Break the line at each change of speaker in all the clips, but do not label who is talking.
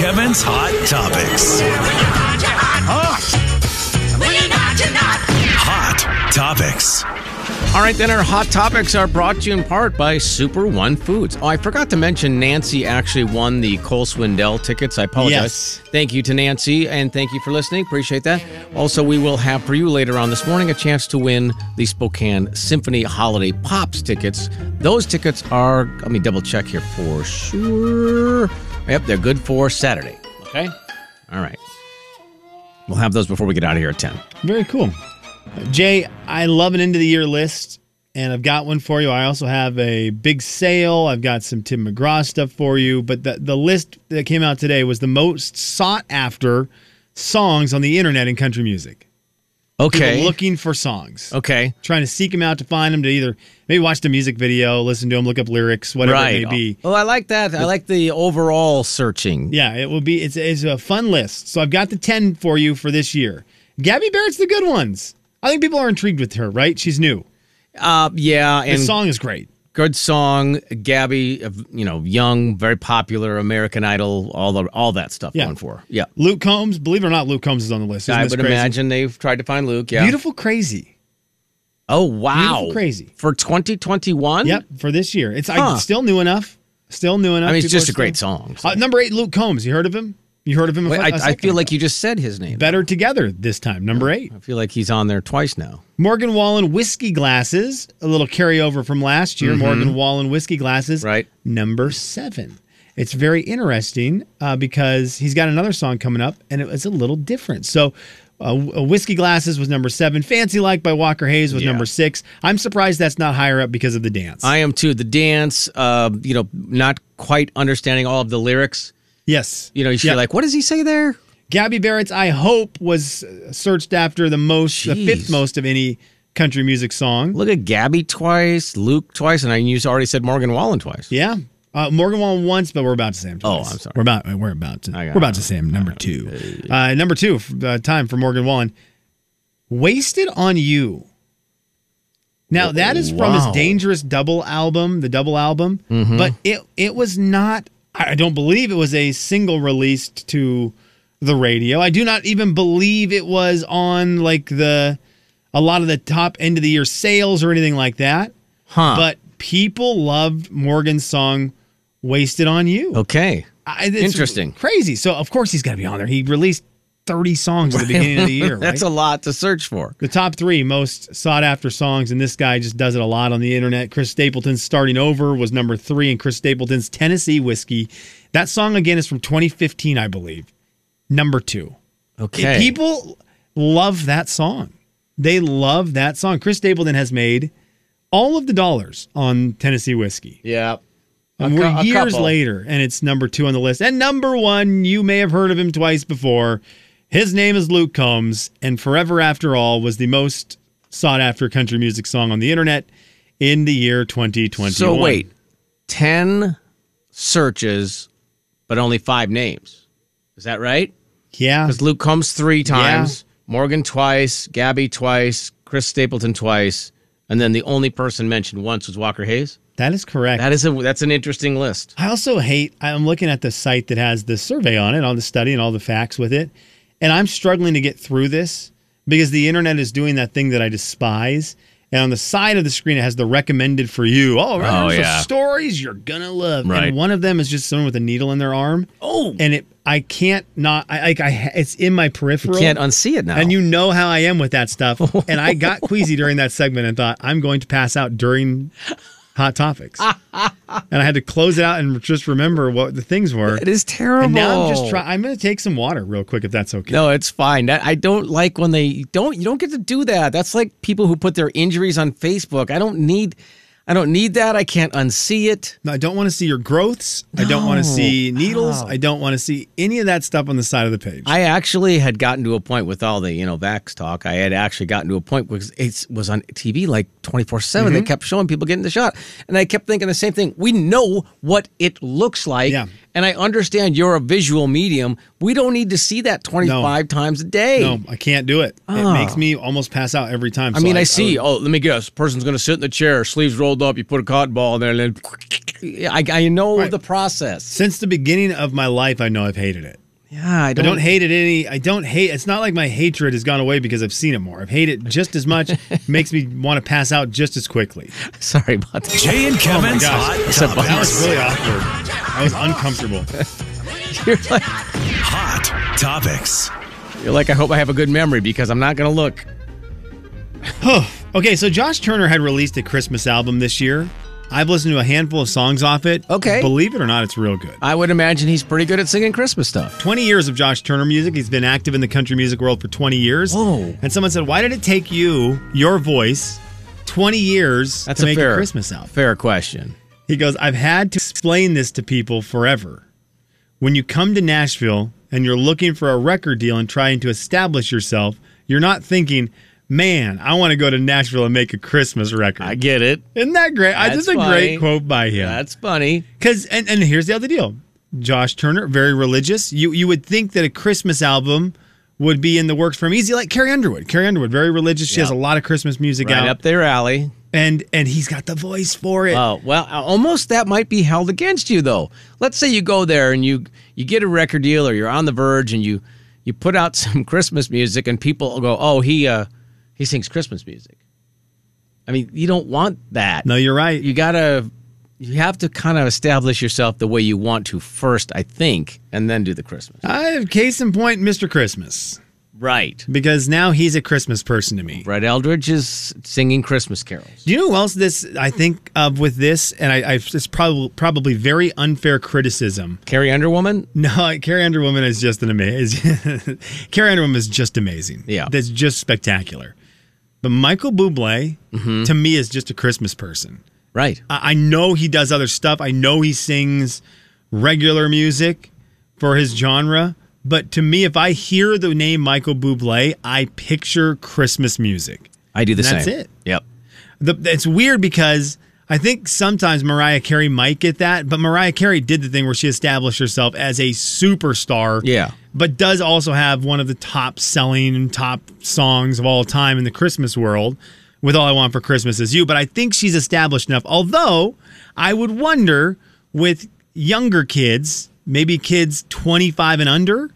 Kevin's Hot Topics. Hot Topics.
All right, then our hot topics are brought to you in part by Super One Foods. Oh, I forgot to mention Nancy actually won the Cole Swindell tickets. I apologize.
Yes.
Thank you to Nancy and thank you for listening. Appreciate that. Also, we will have for you later on this morning a chance to win the Spokane Symphony Holiday Pops tickets. Those tickets are, let me double check here for sure. Yep, they're good for Saturday. Okay? All right. We'll have those before we get out of here at 10.
Very cool. Jay, I love an end of the year list, and I've got one for you. I also have a big sale. I've got some Tim McGraw stuff for you. But the, the list that came out today was the most sought after songs on the internet in country music. People
Okay.
looking for songs.
okay.
Trying to seek them out to find them to either maybe watch the music video, listen to them, look up lyrics, whatever it may be.
Oh, I like that. I like the overall searching.
Yeah, it will be. It's, it's a fun list. So I've got the 10 for you for this year. Gabby Barrett's the good ones. I think people are intrigued with her, right? She's new.
Uh, yeah,
The
and
song is great.
good song. Gabby, uh, you know, young, very popular, American Idol, all the all that stuff
Yeah.
going for. her. Yeah,
Luke Combs, believe it or not, Luke Combs is on the list. Isn't
I
this
would
crazy?
imagine they've tried to find Luke. Yeah.
Beautiful Crazy.
Oh wow.
Beautiful Crazy.
for 2021.
Yep, for this year. It's
Huh.
I, still new enough. Still new enough.
I mean, it's
People
just
are
a great
still-
song. so.
Uh, number eight, Luke Combs. You heard of him? You heard of him? a
Wait,
fu- a
I, I
second
feel like
ago.
you just said his name.
better together this time. Number eight,
I feel like he's on there twice now.
Morgan Wallen whiskey glasses. A little carryover from last year. Morgan Wallen whiskey glasses.
Mm-hmm. Right.
Number seven. It's very interesting uh, because he's got another song coming up, and it was a little different. So. Uh, Whiskey Glasses was number seven. Fancy Like by Walker Hayes was
Yeah.
number six. I'm surprised that's not higher up because of the dance.
I am too. The dance, uh, you know, not quite understanding all of the lyrics.
yes.
You know, you feel
Yeah.
like, what does he say there?
Gabby Barrett's I Hope was uh, searched after the most,
Jeez.
the fifth most of any country music song.
Look at Gabby twice, Luke twice, and I you already said Morgan Wallen twice.
Yeah. Uh, Morgan Wallen once, but we're about to say him.
Oh,
twice.
I'm sorry.
We're about we're about to
I got
we're about to say him number two. Uh, number two f- uh, time for Morgan Wallen. Wasted on you. Now that is from
Oh, Wow. Mm-hmm.
his Dangerous Double album, the double album, but it it was not. I I don't believe it was a single released to the radio. I do not even believe it was on like the a lot of the top end of the year sales or anything like that
Huh.
but people loved Morgan's song "Wasted on You."
okay.
I- it's
Interesting.
crazy. So of course he's got to be on there. He released thirty songs at the beginning of the year.
That's
right?
a lot to search for.
the top three most sought after songs, and this guy just does it a lot on the internet. Chris Stapleton's "Starting Over" was number three, and Chris Stapleton's "Tennessee Whiskey," that song again is from 2015, I believe. Number two.
Okay.
People love that song. They love that song. Chris Stapleton has made all of the dollars on Tennessee Whiskey.
yeah.
And
A
we're
cou- a
years
couple.
later, and it's number two on the list. And number one, you may have heard of him twice before. His name is Luke Combs, and Forever After All was the most sought after country music song on the internet in the year 2021.
So wait, ten searches, but only five names. Is that right?
Yeah.
Because Luke comes three times, Morgan twice, Gabby twice, Chris Stapleton twice, and then the only person mentioned once was Walker Hayes.
That is correct.
That is a that's an interesting list.
I also hate, I'm looking at the site that has the survey on it, on the study and all the facts with it. And I'm struggling to get through this because the internet is doing that thing that I despise. And on the side of the screen, it has the recommended for you. Oh, right.
Oh,
there's the
yeah.
stories you're going to love.
Right.
And one of them is just someone with a needle in their arm.
Oh.
And it, I can't not, I like, I, it's in my peripheral.
Can't unsee it now.
and you know how I am with that stuff. and I got queasy during that segment and thought, I'm going to pass out during Hot Topics. and I had to close it out and just remember what the things were.
it is terrible.
And now I'm just trying, I'm going to take some water real quick if that's okay.
No, it's fine. That, I don't like when they don't. You don't get to do that. That's like people who put their injuries on Facebook. I don't need. I don't need that. I can't unsee it.
No, I don't want to see your growths. I don't want to see needles. I don't want to see any of that stuff on the side of the page.
I actually had gotten to a point with all the you know vax talk. I had actually gotten to a point because it was on TV like twenty four seven.
Mm-hmm.
They kept showing people getting the shot, and I kept thinking the same thing. We know what it looks like,
Yeah.
And I understand you're a visual medium. We don't need to see that 25 times a day.
No, I can't do it. It makes me almost pass out every time.
Ah. I mean, I, see. oh, let me guess. Person's going to sit in the chair, sleeves rolled up. You put a cotton ball in there, and then I, I know
Right.
the process.
since the beginning of my life, I know I've hated it.
Yeah, I
I
don't,
don't hate it any. I don't hate. It's not like my hatred has gone away because I've seen it more. I've hated it just as much. It makes me want to pass out just as quickly.
Sorry about that.
Jay and Kevin's Hot
gosh. That was
Topics.
really awkward. That was uncomfortable.
You're like,
Hot Topics.
you're like, I hope I have a good memory because I'm not going to look.
Okay, so Josh Turner had released a Christmas album this year. I've listened to a handful of songs off it.
Okay.
Believe it or not, it's real good.
I would imagine he's pretty good at singing Christmas stuff.
20 years of Josh Turner music. He's been active in the country music world for 20 years.
Whoa.
And someone said, Why did it take you, your voice, 20 years
That's
to
a
make
fair
a Christmas album?
Fair question.
He goes, I've had to explain this to people forever. When you come to Nashville and you're looking for a record deal and trying to establish yourself, you're not thinking, man, I want to go to Nashville and make a Christmas record.
I get it.
Isn't that great? I That's
That's
a
funny.
great quote by him.
That's funny.
Because and, and here's the other deal. Josh Turner, very religious. You you would think that a Christmas album would be in the works for him. Easy like Carrie Underwood. Carrie Underwood, very religious. She
Yeah.
has a lot of Christmas music
Right
out.
up their alley.
And and he's got the voice for it.
Oh well, almost that might be held against you though. Let's say you go there and you you get a record deal or you're on the verge and you you put out some Christmas music and people go, oh he uh he sings Christmas music. I mean, you don't want that.
no, you're right.
you gotta you have to kind of establish yourself the way you want to first, I think, and then do the Christmas.
I have case in point, Mr. Christmas.
Right.
Because now he's a Christmas person to me.
Brett Eldridge is singing Christmas carols.
Do you know who else this I think of with this? And I, I it's probably probably very unfair criticism.
Carrie Underwoman.
No, Carrie Underwoman is just an amazing. Carrie Underwoman is just amazing.
Yeah.
that's just spectacular. But Michael buble to me is just a Christmas person.
Right.
I, I know he does other stuff. I know he sings regular music for his genre. But to me, if I hear the name Michael Bublé, I picture Christmas music.
I do the
That's
same.
it.
Yep.
The, it's weird because I think sometimes Mariah Carey might get that, but Mariah Carey did the thing where she established herself as a superstar.
Yeah.
But does also have one of the top selling and top songs of all time in the Christmas world with All I Want for Christmas Is You. But I think she's established enough. Although I would wonder with younger kids, maybe kids 25 and under,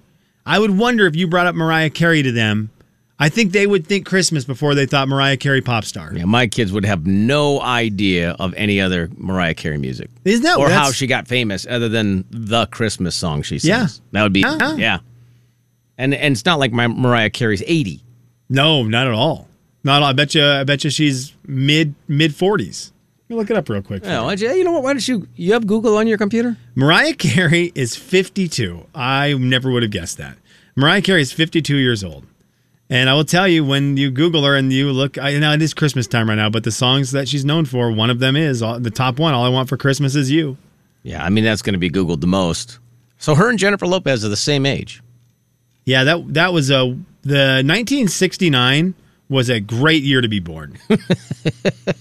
I would wonder if you brought up Mariah Carey to them. I think they would think Christmas before they thought Mariah Carey pop star.
Yeah, my kids would have no idea of any other Mariah Carey music.
Isn't that-
or how
that's-
she got famous other than the Christmas song she sings?
Yeah.
That would be
Yeah.
yeah. And and it's not like my Mariah Carey's 80.
No, not at all. Not at all. I bet you. I bet you she's mid mid forties. Look it up real quick. for
No,
me.
why don't Oh, you, you know what? Why don't you you have Google on your computer?
Mariah Carey is fifty two. I never would have guessed that. Mariah Carey is fifty two years old. And I will tell you when you Google her and you look. I know it is Christmas time right now, but the songs that she's known for, one of them is all- the top one. All I want for Christmas is you.
Yeah, I mean that's going to be Googled the most. So her and Jennifer Lopez are the same age.
Yeah, that that was a the 1969 was a great year to be born.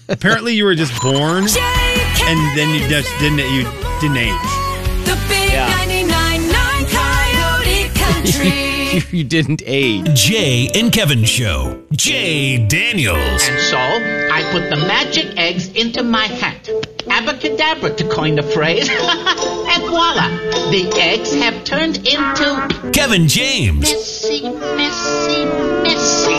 Apparently, you were just born.
and then you just didn't
you didn't age.
the big
Yeah.
99.9 coyote country
you didn't age.
Jay and Kevin Show. Jay Daniels.
And so I put the magic eggs into my hat. Abacadabra, to coin the phrase. and voila, the eggs have turned into
Kevin James.
messy, messy, messy.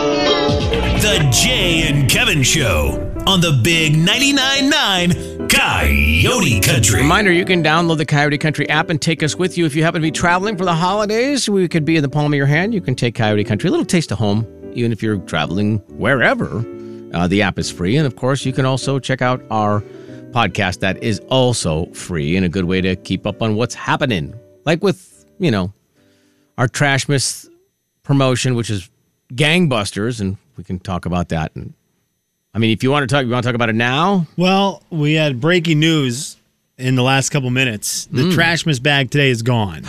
The Jay and Kevin Show on the Big 99.9 9 Coyote Country.
Reminder, you can download the Coyote Country app and take us with you. If you happen to be traveling for the holidays, we could be in the palm of your hand. You can take Coyote Country, a little taste of home, even if you're traveling wherever. Uh, the app is free. And of course, you can also check out our podcast that is also free and a good way to keep up on what's happening. Like with, you know, our Trash Miss promotion, which is gangbusters. And we can talk about that. And I mean, if you want to talk, you want to talk about it now?
Well, we had breaking news in the last couple minutes.
Hmm.
The Trashmas bag today is gone.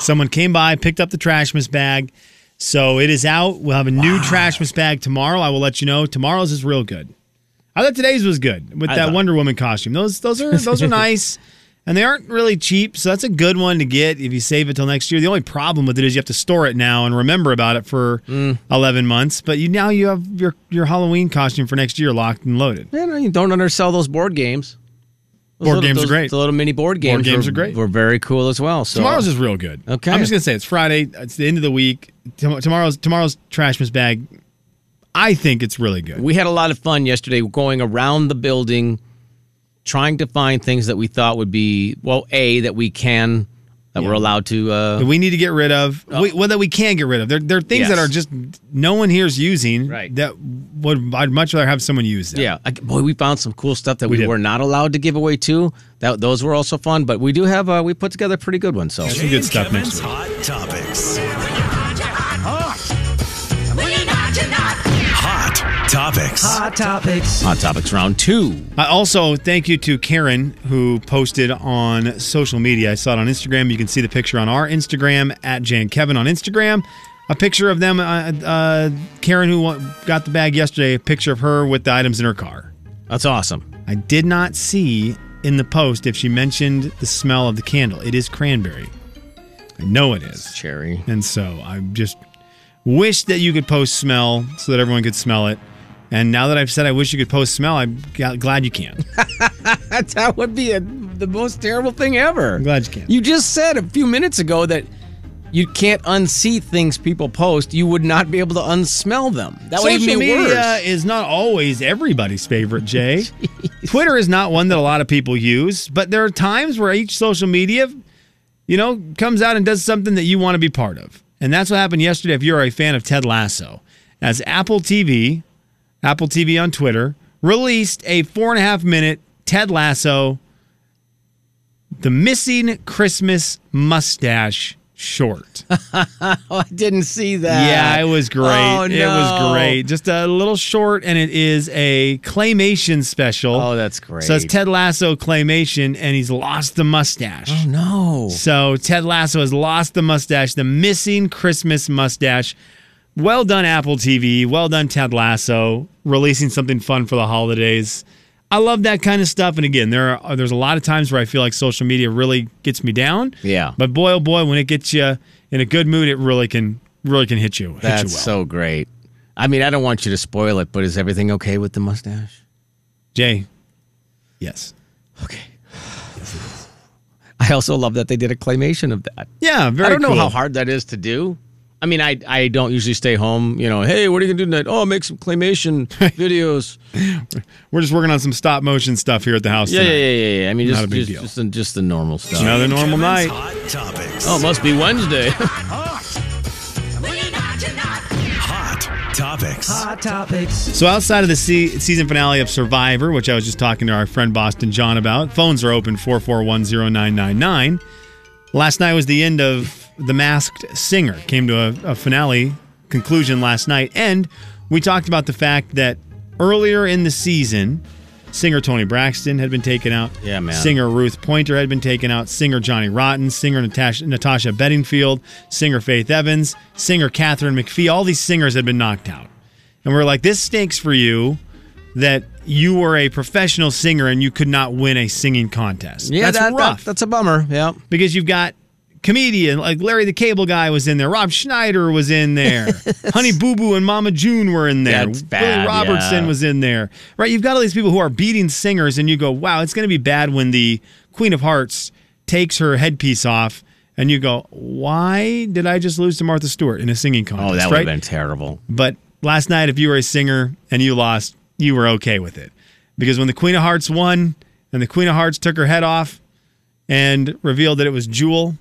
Someone came by, picked up the Trashmas bag. So it is out. We'll have a new Trashmas bag tomorrow. I will let you know. Tomorrow's is real good. I thought today's was good with
I
that
thought-
Wonder Woman costume. Those those are those are nice. And they aren't really cheap, so that's a good one to get if you save it till next year. The only problem with it is you have to store it now and remember about it for
Mm.
11 months. But you now you have your your Halloween costume for next year locked and loaded.
You, know, you don't undersell those board games. Those
Board
little-
games are
those-
great.
The little mini board games,
games
were,
are great.
Were very cool as well. So
Tomorrow's is real good.
Okay.
I'm just gonna say it's Friday. It's the end of the week. Tom- Tomorrow's tomorrow's trash miss bag. I think it's really good.
we had a lot of fun yesterday going around the building trying to find things that we thought would be well a that we can that we're allowed to uh
that we need to get rid of. We, well, that we can get rid of. There, there are
Oh. Yes.
things that are just no one here is using.
Right.
That would I'd much rather have someone use them.
yeah I- boy we found some cool stuff that we,
did.
were not allowed to give away too that those were also fun but we do have uh we put together a pretty good one so
Some good stuff
Kevin's
next week.
Hot Topics.
Hot
Hot Topics.
hot topics round two
Uh, also, thank you to Karen who posted on social media. I saw it on Instagram. You can see the picture on our Instagram at Jan Kevin on Instagram. A picture of them. Uh, uh, Karen who wa- got the bag yesterday. A picture of her with the items in her car.
that's awesome
I did not see in the post if she mentioned the smell of the candle. It is cranberry. I know it is.
cherry
And so I just wish that you could post smell so that everyone could smell it. And now that I've said I wish you could post smell, I'm g- glad you can.
that, that would be a, the most terrible thing ever
I'm glad you can.
You just said a few minutes ago that you can't unsee things people post. You would not be able to unsmell them. That would even be
Social media
worse.
is not always everybody's favorite, Jay. Twitter is not one that a lot of people use, but there are times where each social media, you know, comes out and does something that you want to be part of. And that's what happened yesterday if you're a fan of Ted Lasso. As Apple TV, Apple TV on Twitter, released a four and a half minute Ted Lasso, the missing Christmas mustache short.
Oh, I didn't see that.
Yeah, it was great.
Oh,
It was
no.
great. Just a little short, and it is a claymation special.
Oh, that's great.
So it's Ted Lasso claymation, and he's lost the mustache.
Oh, no.
So Ted Lasso has lost the mustache, the missing Christmas mustache. Well done, Apple TV. Well done, Ted Lasso, releasing something fun for the holidays. I love that kind of stuff. And again, there are there's a lot of times where I feel like social media really gets me down.
Yeah.
But boy, oh boy, when it gets you in a good mood, it really can really can hit you. hit you
That's
well.
so great. I mean, I don't want you to spoil it, but is everything okay with the mustache?
Jay. Yes.
Okay. I also love that they did a claymation of that.
Yeah. Very.
I don't know
cool.
how hard that is to do. I mean, I I don't usually stay home. You know, hey, what are you gonna do tonight? Oh, make some claymation videos.
We're just working on some stop motion stuff here at the house.
Yeah,
tonight.
yeah, yeah, yeah, yeah. I mean,
Not
just
a big
just,
deal.
just, the, just the normal stuff.
Another normal
Kevin's
night.
Hot Topics.
Oh, it must be Wednesday.
Hot Topics.
So outside of the se- season finale of Survivor, which I was just talking to our friend Boston John about, phones are open 4410999. Last night was the end of The Masked Singer. Came to a, a finale conclusion last night, and we talked about the fact that earlier in the season, singer Tony Braxton had been taken out.
Yeah, man.
Singer Ruth Pointer had been taken out. Singer Johnny Rotten, singer Natasha, Natasha Bedingfield, singer Faith Evans, singer Catherine McPhee. All these singers had been knocked out. And we're like, this stinks for you that you were a professional singer and you could not win a singing contest.
yeah,
that's
that- that-
rough
that's a bummer. Yeah.
because you've got comedian like Larry the Cable Guy was in there, Rob Schneider was in there, Honey Boo Boo and Mama June were in there,
That's bad,
Billy Robertson
yeah.
was in there, right? You've got all these people who are beating singers, and you go, wow, it's going to be bad when the Queen of Hearts takes her headpiece off. And you go, why did I just lose to Martha Stewart in a singing contest?
Oh, that would
right?
have been terrible.
But last night, if you were a singer and you lost, you were okay with it. Because when the Queen of Hearts won and the Queen of Hearts took her head off and revealed that it was Jewel,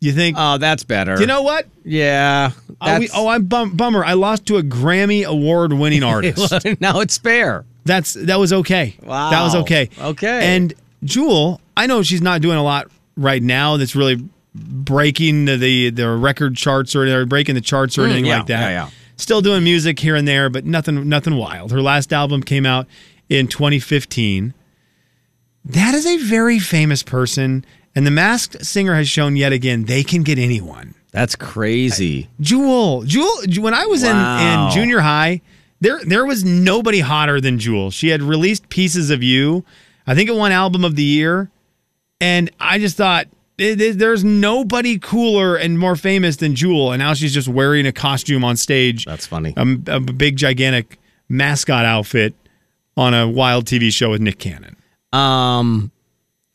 you think,
Oh, that's better.
you know what?
Yeah.
Are we-
that's-
oh, I'm bum- bummer. I lost to a Grammy award winning artist.
now it's fair.
That's that was okay.
Wow.
That was okay.
Okay.
And Jewel, I know she's not doing a lot right now that's really breaking the the, the record charts or or breaking the charts or anything
Mm, yeah,
like that.
yeah, yeah.
Still doing music here and there, but nothing nothing wild. Her last album came out in 2015. That is a very famous person, and the masked singer has shown yet again they can get anyone.
That's crazy.
Jewel. Jewel. When I was in,
Wow.
in junior high, there there was nobody hotter than Jewel. She had released pieces of you. I think it won album of the year, And I just thought, "Th- th- there's nobody cooler and more famous than Jewel. And now she's just wearing a costume on stage.
That's funny.
A, m- a big, gigantic mascot outfit on a wild TV show with Nick Cannon.
Um,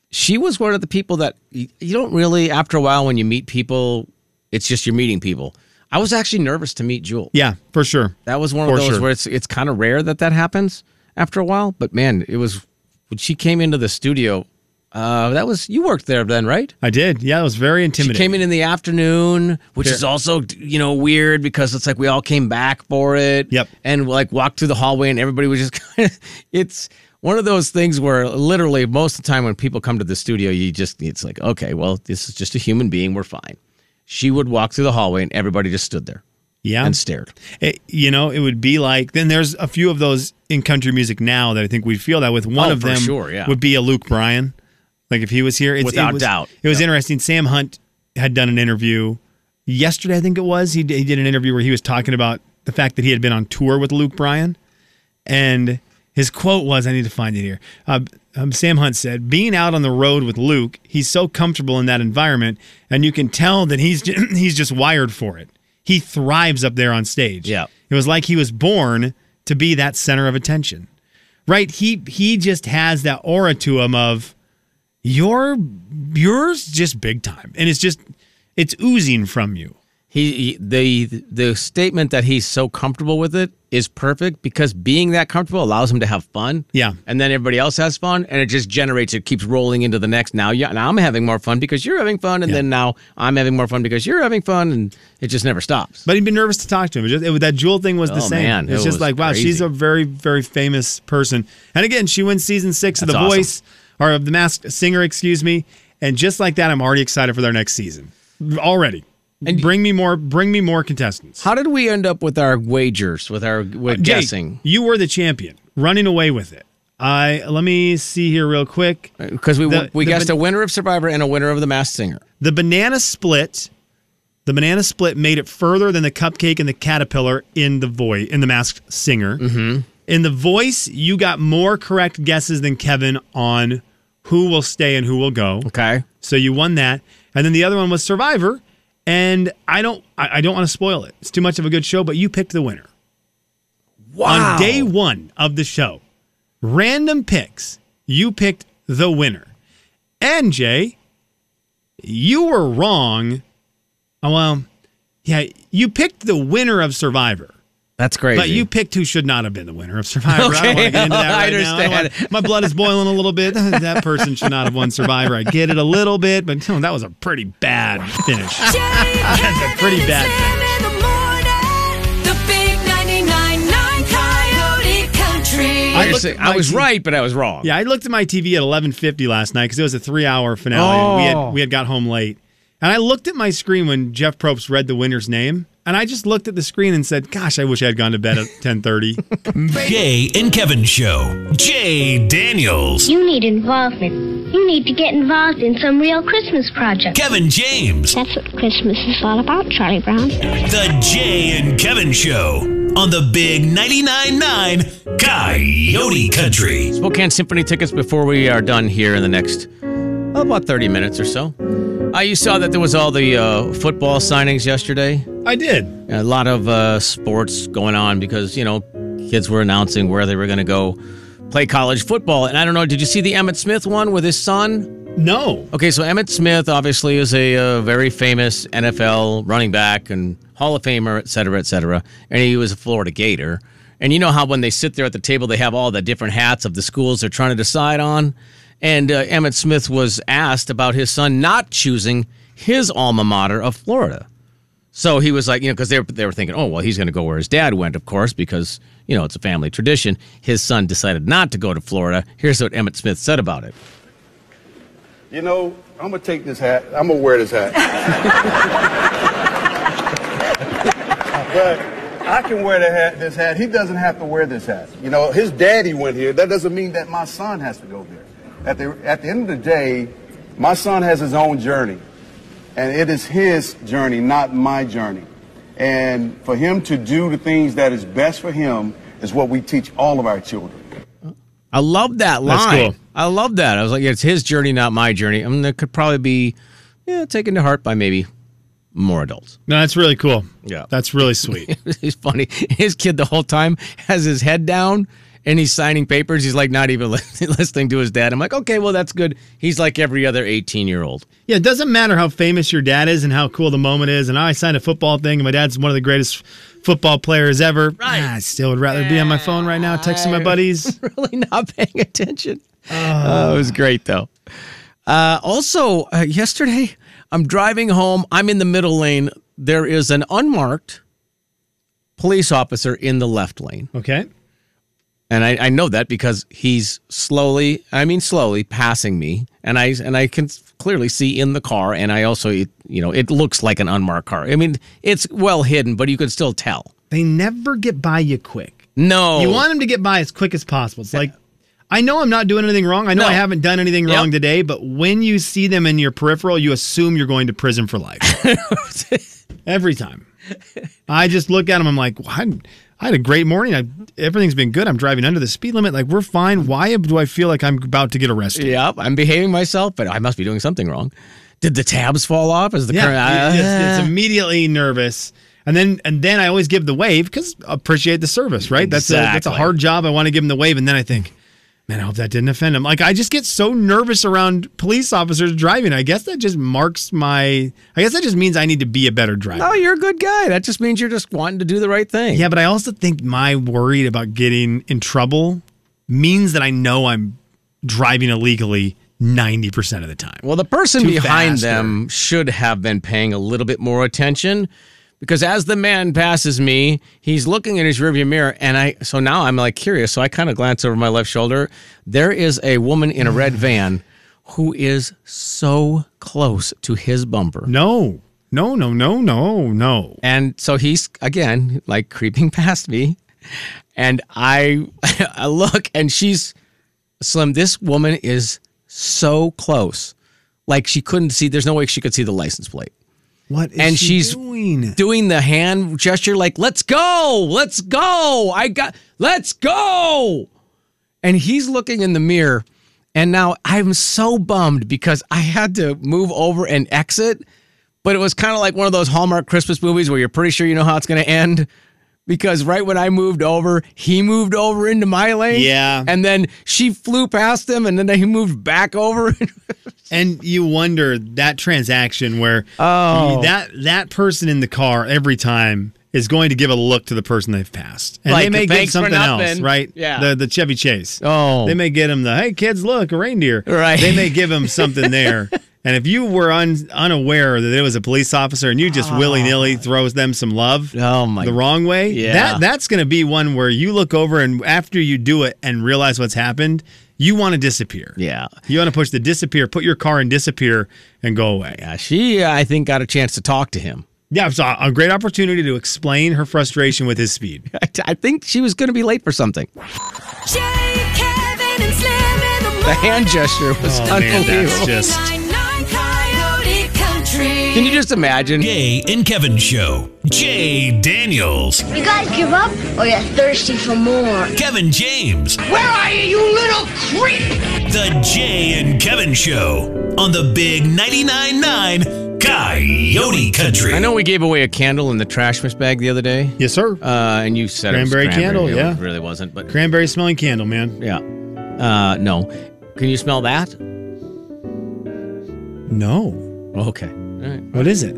she was one of the people that y- you don't really. After a while, when you meet people, it's just you're meeting people. I was actually nervous to meet Jewel.
Yeah, for sure.
That was one of
For
those
sure.
where it's it's kind of rare that that happens after a while. But man, it was when she came into the studio. Uh, that was you worked there then, right?
I did. Yeah, it was very
She
intimidating.
came in in the afternoon, which is also you know weird because it's like we all came back for it.
Yep.
And like walked through the hallway, and everybody was just kind of. It's one of those things where literally most of the time when people come to the studio, you just it's like okay, well this is just a human being, we're fine. She would walk through the hallway, and everybody just stood there
yeah.
and stared.
It, you know, it would be like then there's a few of those in country music now that I think we feel that with One
Oh,
of
for
them
sure, yeah.
would be a Luke Bryan. Like if he was here, it's,
Without
it was,
doubt.
It was
Yeah.
interesting. Sam Hunt had done an interview yesterday, I think it was. He did, he did an interview where he was talking about the fact that he had been on tour with Luke Bryan, and his quote was, "I need to find it here." Uh, um, Sam Hunt said, "Being out on the road with Luke, he's so comfortable in that environment, and you can tell that he's j- he's just wired for it. He thrives up there on stage.
Yeah.
it was like he was born to be that center of attention." Right, he he just has that aura to him of your yours just big time and it's just it's oozing from you
he, he the the statement that he's so comfortable with it is perfect because being that comfortable allows him to have fun.
Yeah.
and then everybody else has fun, and it just generates. It keeps rolling into the next. Now, yeah, now I'm having more fun because you're having fun, and
Yeah.
then now I'm having more fun because you're having fun, and it just never stops.
but he'd been nervous to talk to him it just, it, that jewel thing was
Oh,
the same
man,
it's
it
just
was
like wow she's
crazy.
a very very famous person and again she wins season six of
That's
the
awesome.
voice or of the masked singer excuse me and just like that i'm already excited for their next season already and bring me more bring me more contestants
How did we end up with our wagers with our with
Jake,
guessing?
you were the champion running away with it i let me see here real quick
Because we
The-
we
the
guessed
ban-
a winner of Survivor and a winner of The Masked Singer.
The banana split, the banana split made it further than the cupcake and the caterpillar in the voice in the masked singer. Mm-hmm. In the voice, you got more correct guesses than Kevin on who will stay and who will go.
Okay,
So you won that, and then the other one was Survivor. And I don't, I, I don't want to spoil it. It's too much of a good show, but you picked the winner on day one of the show. Random picks. You picked the winner. And Jay, you were wrong. Oh, well, yeah, you picked the winner of Survivor,
that's crazy.
but you picked who should not have been the winner of Survivor. I don't want
Okay.
to get into that
I
right now. don't
understand.
wanna- my blood is boiling a little bit. that person should not have won Survivor. I get it a little bit, but no, that was a pretty bad finish.
That's a pretty bad
thing.
thing.
I
I,
looked at my
I was
team-
right, but I was wrong.
Yeah, I looked at my TV at 11:50 last night because it was a three-hour finale. and We
Oh.
had we had got home late, and I looked at my screen when Jeff Probst read the winner's name, and I just looked at the screen and said, "Gosh, I wish I had gone to bed at 10:30."
Jay and Kevin Show. Jay Daniels.
You need involvement. You need to get involved in some real Christmas project.
Kevin James.
That's what Christmas is all about, Charlie Brown.
The Jay and Kevin Show on the Big 99.9 9 Coyote Country.
Spokane Symphony tickets before we are done here in the next about 30 minutes or so. Uh, you saw that there was all the uh, football signings yesterday.
I did.
A lot of uh, sports going on because you know kids were announcing where they were going to go play college football. And I don't know, did you see the Emmett Smith one with his son?
No,
Okay, so Emmett Smith obviously is a uh, very famous NFL running back and Hall of Famer, et cetera, et cetera. And he was a Florida Gator. And you know how when they sit there at the table, they have all the different hats of the schools they're trying to decide on? And uh, Emmett Smith was asked about his son not choosing his alma mater of Florida. So he was like, you know, because they were, they were thinking, oh, well, he's going to go where his dad went, of course, because, you know, it's a family tradition. His son decided not to go to Florida. Here's what Emmett Smith said about it.
You know, I'm gonna take this hat. I'm gonna wear this hat. but I can wear the hat, this hat. He doesn't have to wear this hat. You know, his daddy went here. That doesn't mean that my son has to go there. At the at the end of the day, my son has his own journey, and it is his journey, not my journey. And for him to do the things that is best for him is what we teach all of our children.
I love that line.
That's cool.
I love that. I was like, it's his journey, not my journey. I mean, that could probably be yeah, taken to heart by maybe more adults.
No, that's really cool.
Yeah.
That's really sweet.
he's funny. His kid the whole time has his head down and he's signing papers. He's like not even listening to his dad. I'm like, okay, well that's good. He's like every other 18 year old.
yeah, it doesn't matter how famous your dad is and how cool the moment is. And I signed a football thing, and my dad's one of the greatest football players ever. Right. I still would rather be on my phone right now texting my buddies.
Really not paying attention. Oh, it was great though. Uh, also, uh, yesterday I'm driving home. I'm in the middle lane. There is an unmarked police officer in the left lane.
Okay.
and I, I know that because he's slowly i mean slowly passing me and i and i can clearly see in the car and i also it, you know it looks like an unmarked car i mean it's well hidden but you can still tell
They never get by you quick.
no
You want them to get by as quick as possible. It's like, I know I'm not doing anything wrong. I know
No.
I haven't done anything
Yep.
wrong today, but when you see them in your peripheral, you assume you're going to prison for life. Every time. I just look at them. I'm like, "Why- I had a great morning. I, everything's been good. I'm driving under the speed limit. Like, we're fine. Why do I feel like I'm about to get arrested?
yep i'm behaving myself but i must be doing something wrong did the tabs fall off is the
Yeah,
current- uh,
it- it's, it's immediately nervous, and then and then I always give the wave because appreciate the service, right? That's a that's a
Exactly.
hard job. I want to give them the wave, and then I think, man, I hope that didn't offend them. Like I just get so nervous around police officers driving. I guess that just marks my. I guess that just means I need to be a better driver.
oh you're a good guy that just means you're just wanting to do the right thing
Yeah, but I also think my worried about getting in trouble means that I know I'm driving illegally ninety percent of the time.
Well, the person
Too
behind
fast or-
them should have been paying a little bit more attention because as the man passes me, he's looking in his rearview mirror. And I, so now I'm like curious. So I kind of glance over my left shoulder. There is a woman in a red van who is so close to his bumper.
No, no, no, no, no, no.
And so he's again like creeping past me, and I I look and she's Slim. This woman is so close, like she couldn't see. There's no way she could see the license plate.
What is
And
she
she's
doing?
Doing the hand gesture, like "Let's go, let's go, I got, let's go," and he's looking in the mirror. And now I'm so bummed because I had to move over and exit but it was kind of like one of those Hallmark Christmas movies where you're pretty sure you know how it's going to end because right when I moved over, he moved over into my lane.
Yeah.
And then she flew past him and then he moved back over.
And you wonder that transaction where
Oh.
that that person in the car every time is going to give a look to the person they've passed, and
Like,
they may give
thanks for
something else,
nothing.
right?
Yeah.
the the Chevy Chase.
Oh.
they may get him the hey kids, look a reindeer.
Right.
they may give him something there. And if you were un, unaware that it was a police officer and you just willy nilly throws them some love
Ah. Oh, my-
the wrong way,
Yeah.
that that's going to be one where you look over and after you do it and realize what's happened, you want to disappear.
yeah.
You want to push the disappear, put your car in disappear, and go away. Yeah,
Yeah. She, I think, got a chance to talk to him.
it's a, a great opportunity to explain her frustration with his speed.
I, I think she was going to be late for something.
Jay, Kevin, and Slim in the morning.
The hand gesture was
Oh, man,
unbelievable.
that's just.
99 Coyote Country.
Can you just imagine?
Jay and Kevin Show. Jay Daniels.
You guys give up or you're thirsty for more?
Kevin James.
Where are you, you little creep?
The Jay and Kevin Show on the Big 99.9 Coyote Country.
I know we gave away a candle in the trash mix bag the other day,
Yes, sir.
uh, and you said
Cranberry
it was
candle,
It
yeah.
really wasn't, but
Cranberry smelling candle, man.
yeah, uh, no. Can you smell that?
No.
Okay. All right.
What is it?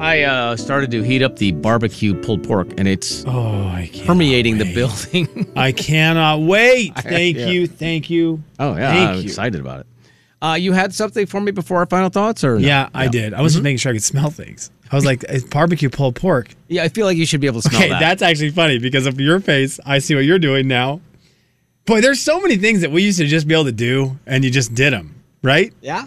I uh, started to heat up the barbecue pulled pork, and it's
Oh, I can't.
permeating the building.
I cannot wait. Thank
Yeah.
you. Thank you.
oh yeah,
Thank
I'm
you.
excited about it. Uh, you had something for me before our final thoughts, or no?
Yeah, I did. I was
Mm-hmm.
just making sure I could smell things. I was like, it's barbecue pulled pork.
yeah. I feel like you should be able to smell
Okay,
that.
that's actually funny because of your face, I see what you're doing now. Boy, there's so many things that we used to just be able to do, and you just did them, right?
yeah.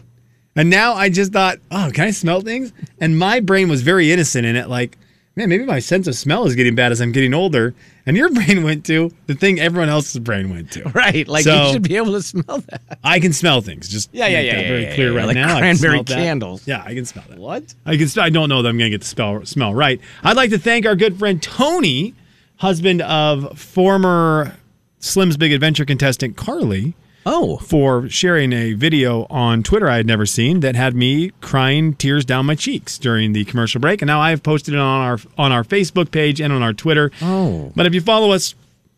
And now I just thought, oh, can I smell things? And my brain was very innocent in it, like, man, maybe my sense of smell is getting bad as I'm getting older. And your brain went to the thing everyone else's brain went to.
Right. Like
So-
you should be able to smell that.
I can smell things. Just
Yeah, yeah,
make
yeah,
that
yeah,
Very
yeah,
clear
yeah,
right
like
now. I
cranberry
smelled that.
candles.
Yeah, I can smell that.
What?
I can. I don't know that I'm going to get the spell smell right. I'd like to thank our good friend Tony, husband of former Slim's Big Adventure contestant Carly,
Oh.
for sharing a video on Twitter I had never seen that had me crying tears down my cheeks during the commercial break. And now I have posted it on our on our Facebook page and on our Twitter.
Oh.
But if you follow us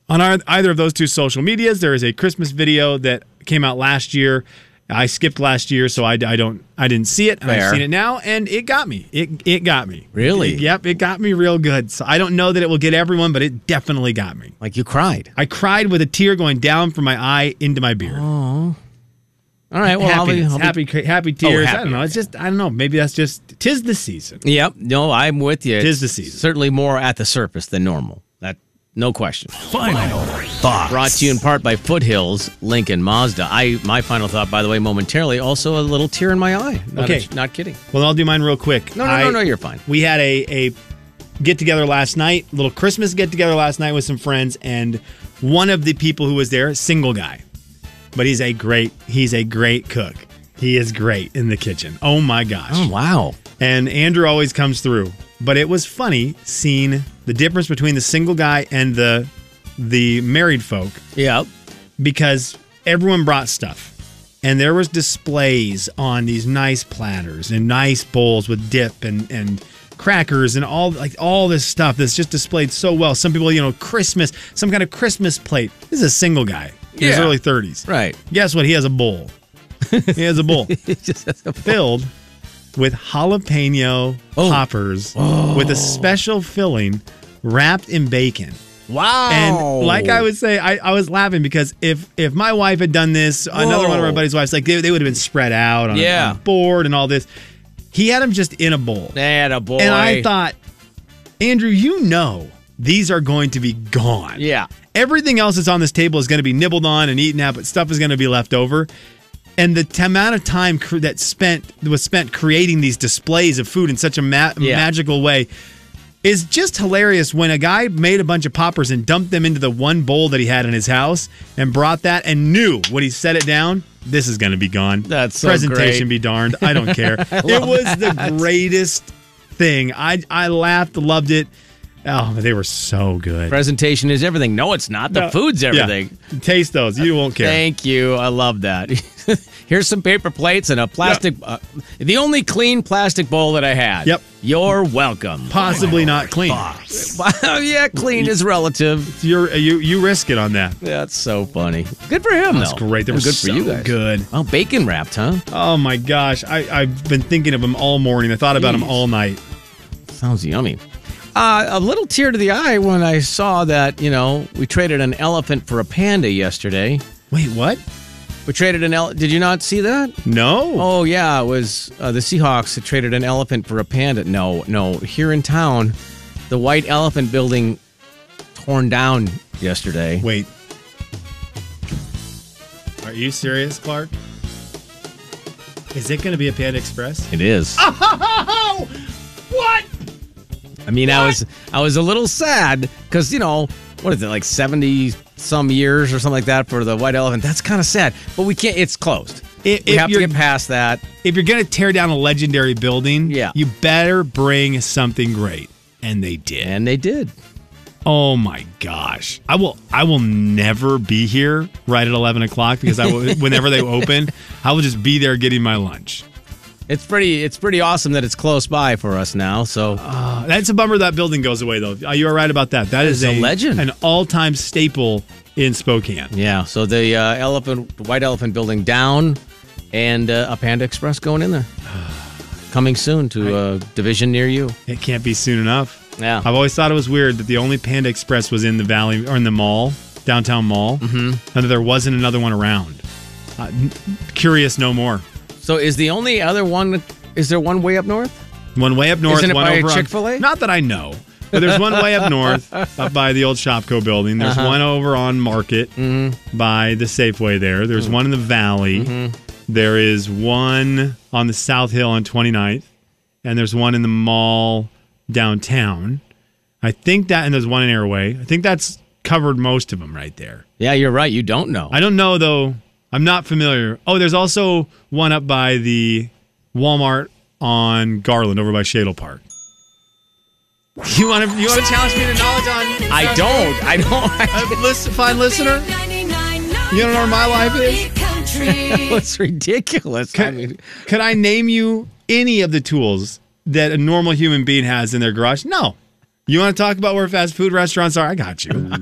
on our, either of those two social medias, there is a Christmas video that came out last year. I skipped last year, so I, I don't I didn't see it. And
Fair.
I've seen it now, and it got me. It it got me.
Really?
yep, it got me real good. So I don't know that it will get everyone, but it definitely got me.
Like you cried.
I cried with a tear going down from my eye into my beard.
All right. Well, I'll be,
Happiness,
I'll be-
happy, cra- happy tears. I
happy,
don't know. It's just I don't know. Maybe that's just tis the season.
Yep. No, I'm with you.
Tis the
It's
season.
Certainly more at the surface than normal. That no question.
Final thought.
Brought to you in part by Foothills Lincoln Mazda. I my final thought, by the way, momentarily, also a little tear in my eye. Not
Okay.
not kidding.
Well, I'll do mine real quick.
No, no,
I-
no, no. You're fine.
We had a, a get together last night, little Christmas get together last night with some friends, and one of the people who was there, single guy, but he's a great he's a great cook. He is great in the kitchen. Oh my gosh!
Oh wow.
and Andrew always comes through. But it was funny seeing the difference between the single guy and the the married folk
Yep.
because everyone brought stuff. And there was displays on these nice platters and nice bowls with dip and and crackers and all like all this stuff that's just displayed so well. Some people, you know, Christmas, some kind of Christmas plate. This is a single guy in his
Yeah.
early 30s.
Right.
Guess what? He has a bowl. he has a bowl filled with jalapeno
Oh.
poppers with a special filling wrapped in bacon.
wow.
And like
Oh.
I would say, I, I was laughing because if if my wife had done this, another one of
Whoa.
our buddies' wives, like they, they would have been spread out on, a-
Yeah.
on a board and all this. He had them just in a bowl.
That a boy.
And I thought, Andrew, you know these are going to be gone.
Yeah.
Everything else that's on this table is going to be nibbled on and eaten out, but stuff is going to be left over. And the t- amount of time cr- that spent was spent creating these displays of food in such a ma-
Yeah.
magical way is just hilarious. When a guy made a bunch of poppers and dumped them into the one bowl that he had in his house and brought that and knew when he set it down, this is going to be gone.
That's so
presentation
great.
be darned. I don't care. it was the greatest thing. I I laughed, loved it. Oh, they were so good.
Presentation is everything. No, it's not. The food's
Yeah.
everything.
Taste those. You won't care.
Thank you. I love that. Here's some paper plates and a plastic, uh, the only clean plastic bowl that I had.
Yep.
You're welcome.
Possibly not clean.
Wow, yeah, clean is relative.
You're you you risk it on that.
That's so funny. Good for him,
That's
though.
great. They
And
were
good
so
for you guys.
good.
Oh, bacon wrapped, huh?
Oh my gosh, I I've been thinking of them all morning. I thought about them
Jeez.
all night.
Sounds yummy. Uh, a little tear to the eye when I saw that, you know, we traded an elephant for a panda yesterday.
Wait, what?
We traded an elephant. Did you not see that?
No.
Oh yeah, it was uh, the Seahawks that traded an elephant for a panda. No, no, here in town, the white elephant building torn down yesterday.
Wait. Are you serious, Clark? Is it going to be a Panda Express?
It is.
Oh, what?
I mean, I was I was a little sad because you know what is it like seventy some years or something like that for the white elephant. That's kind of sad, but we can't. It's closed.
If-
we
if
have to
you're-
get past that.
If you're going to tear down a legendary building,
Yeah.
you better bring something great. And they did.
And they did.
Oh my gosh! I will. I will never be here right at eleven o'clock because I will, whenever they open, I will just be there getting my lunch.
It's pretty. It's pretty awesome that it's close by for us now. So
Uh, that's a bummer that building goes away though. Uh, You are right about that. That is
It's a legend.
an all-time staple in Spokane.
Yeah, so the uh, elephant, the white elephant building down, and uh, a Panda Express going in there. Coming soon to a division near you.
It can't be soon enough.
Yeah.
I've always thought it was weird that the only Panda Express was in the valley or in the mall, downtown mall, mm-hmm. and that there wasn't another one around. Uh, n- curious no more.
So is the only other one? Is there one way up north?
One way up north,
Isn't it
one
by
over on-
Chick-fil-A?
Not that I know, but there's one way up north, up by the old Shopco building. There's
Uh-huh.
one over on Market
Mm-hmm.
by the Safeway. There, there's one in the Valley. There is one on the South Hill on 29th, and there's one in the mall downtown. I think that, and there's one in Airway. I think that's covered most of them right there.
Yeah, you're right. You don't know.
I don't know though. I'm not familiar. Oh, there's also one up by the Walmart on Garland over by Shadle Park. You want to you want to challenge me to knowledge on?
I don't. I don't.
listen, fine listener.
You
don't know where my life is?
It was ridiculous. I mean,
Could I name you any of the tools that a normal human being has in their garage? No. You want to talk about where fast food restaurants are? I got you.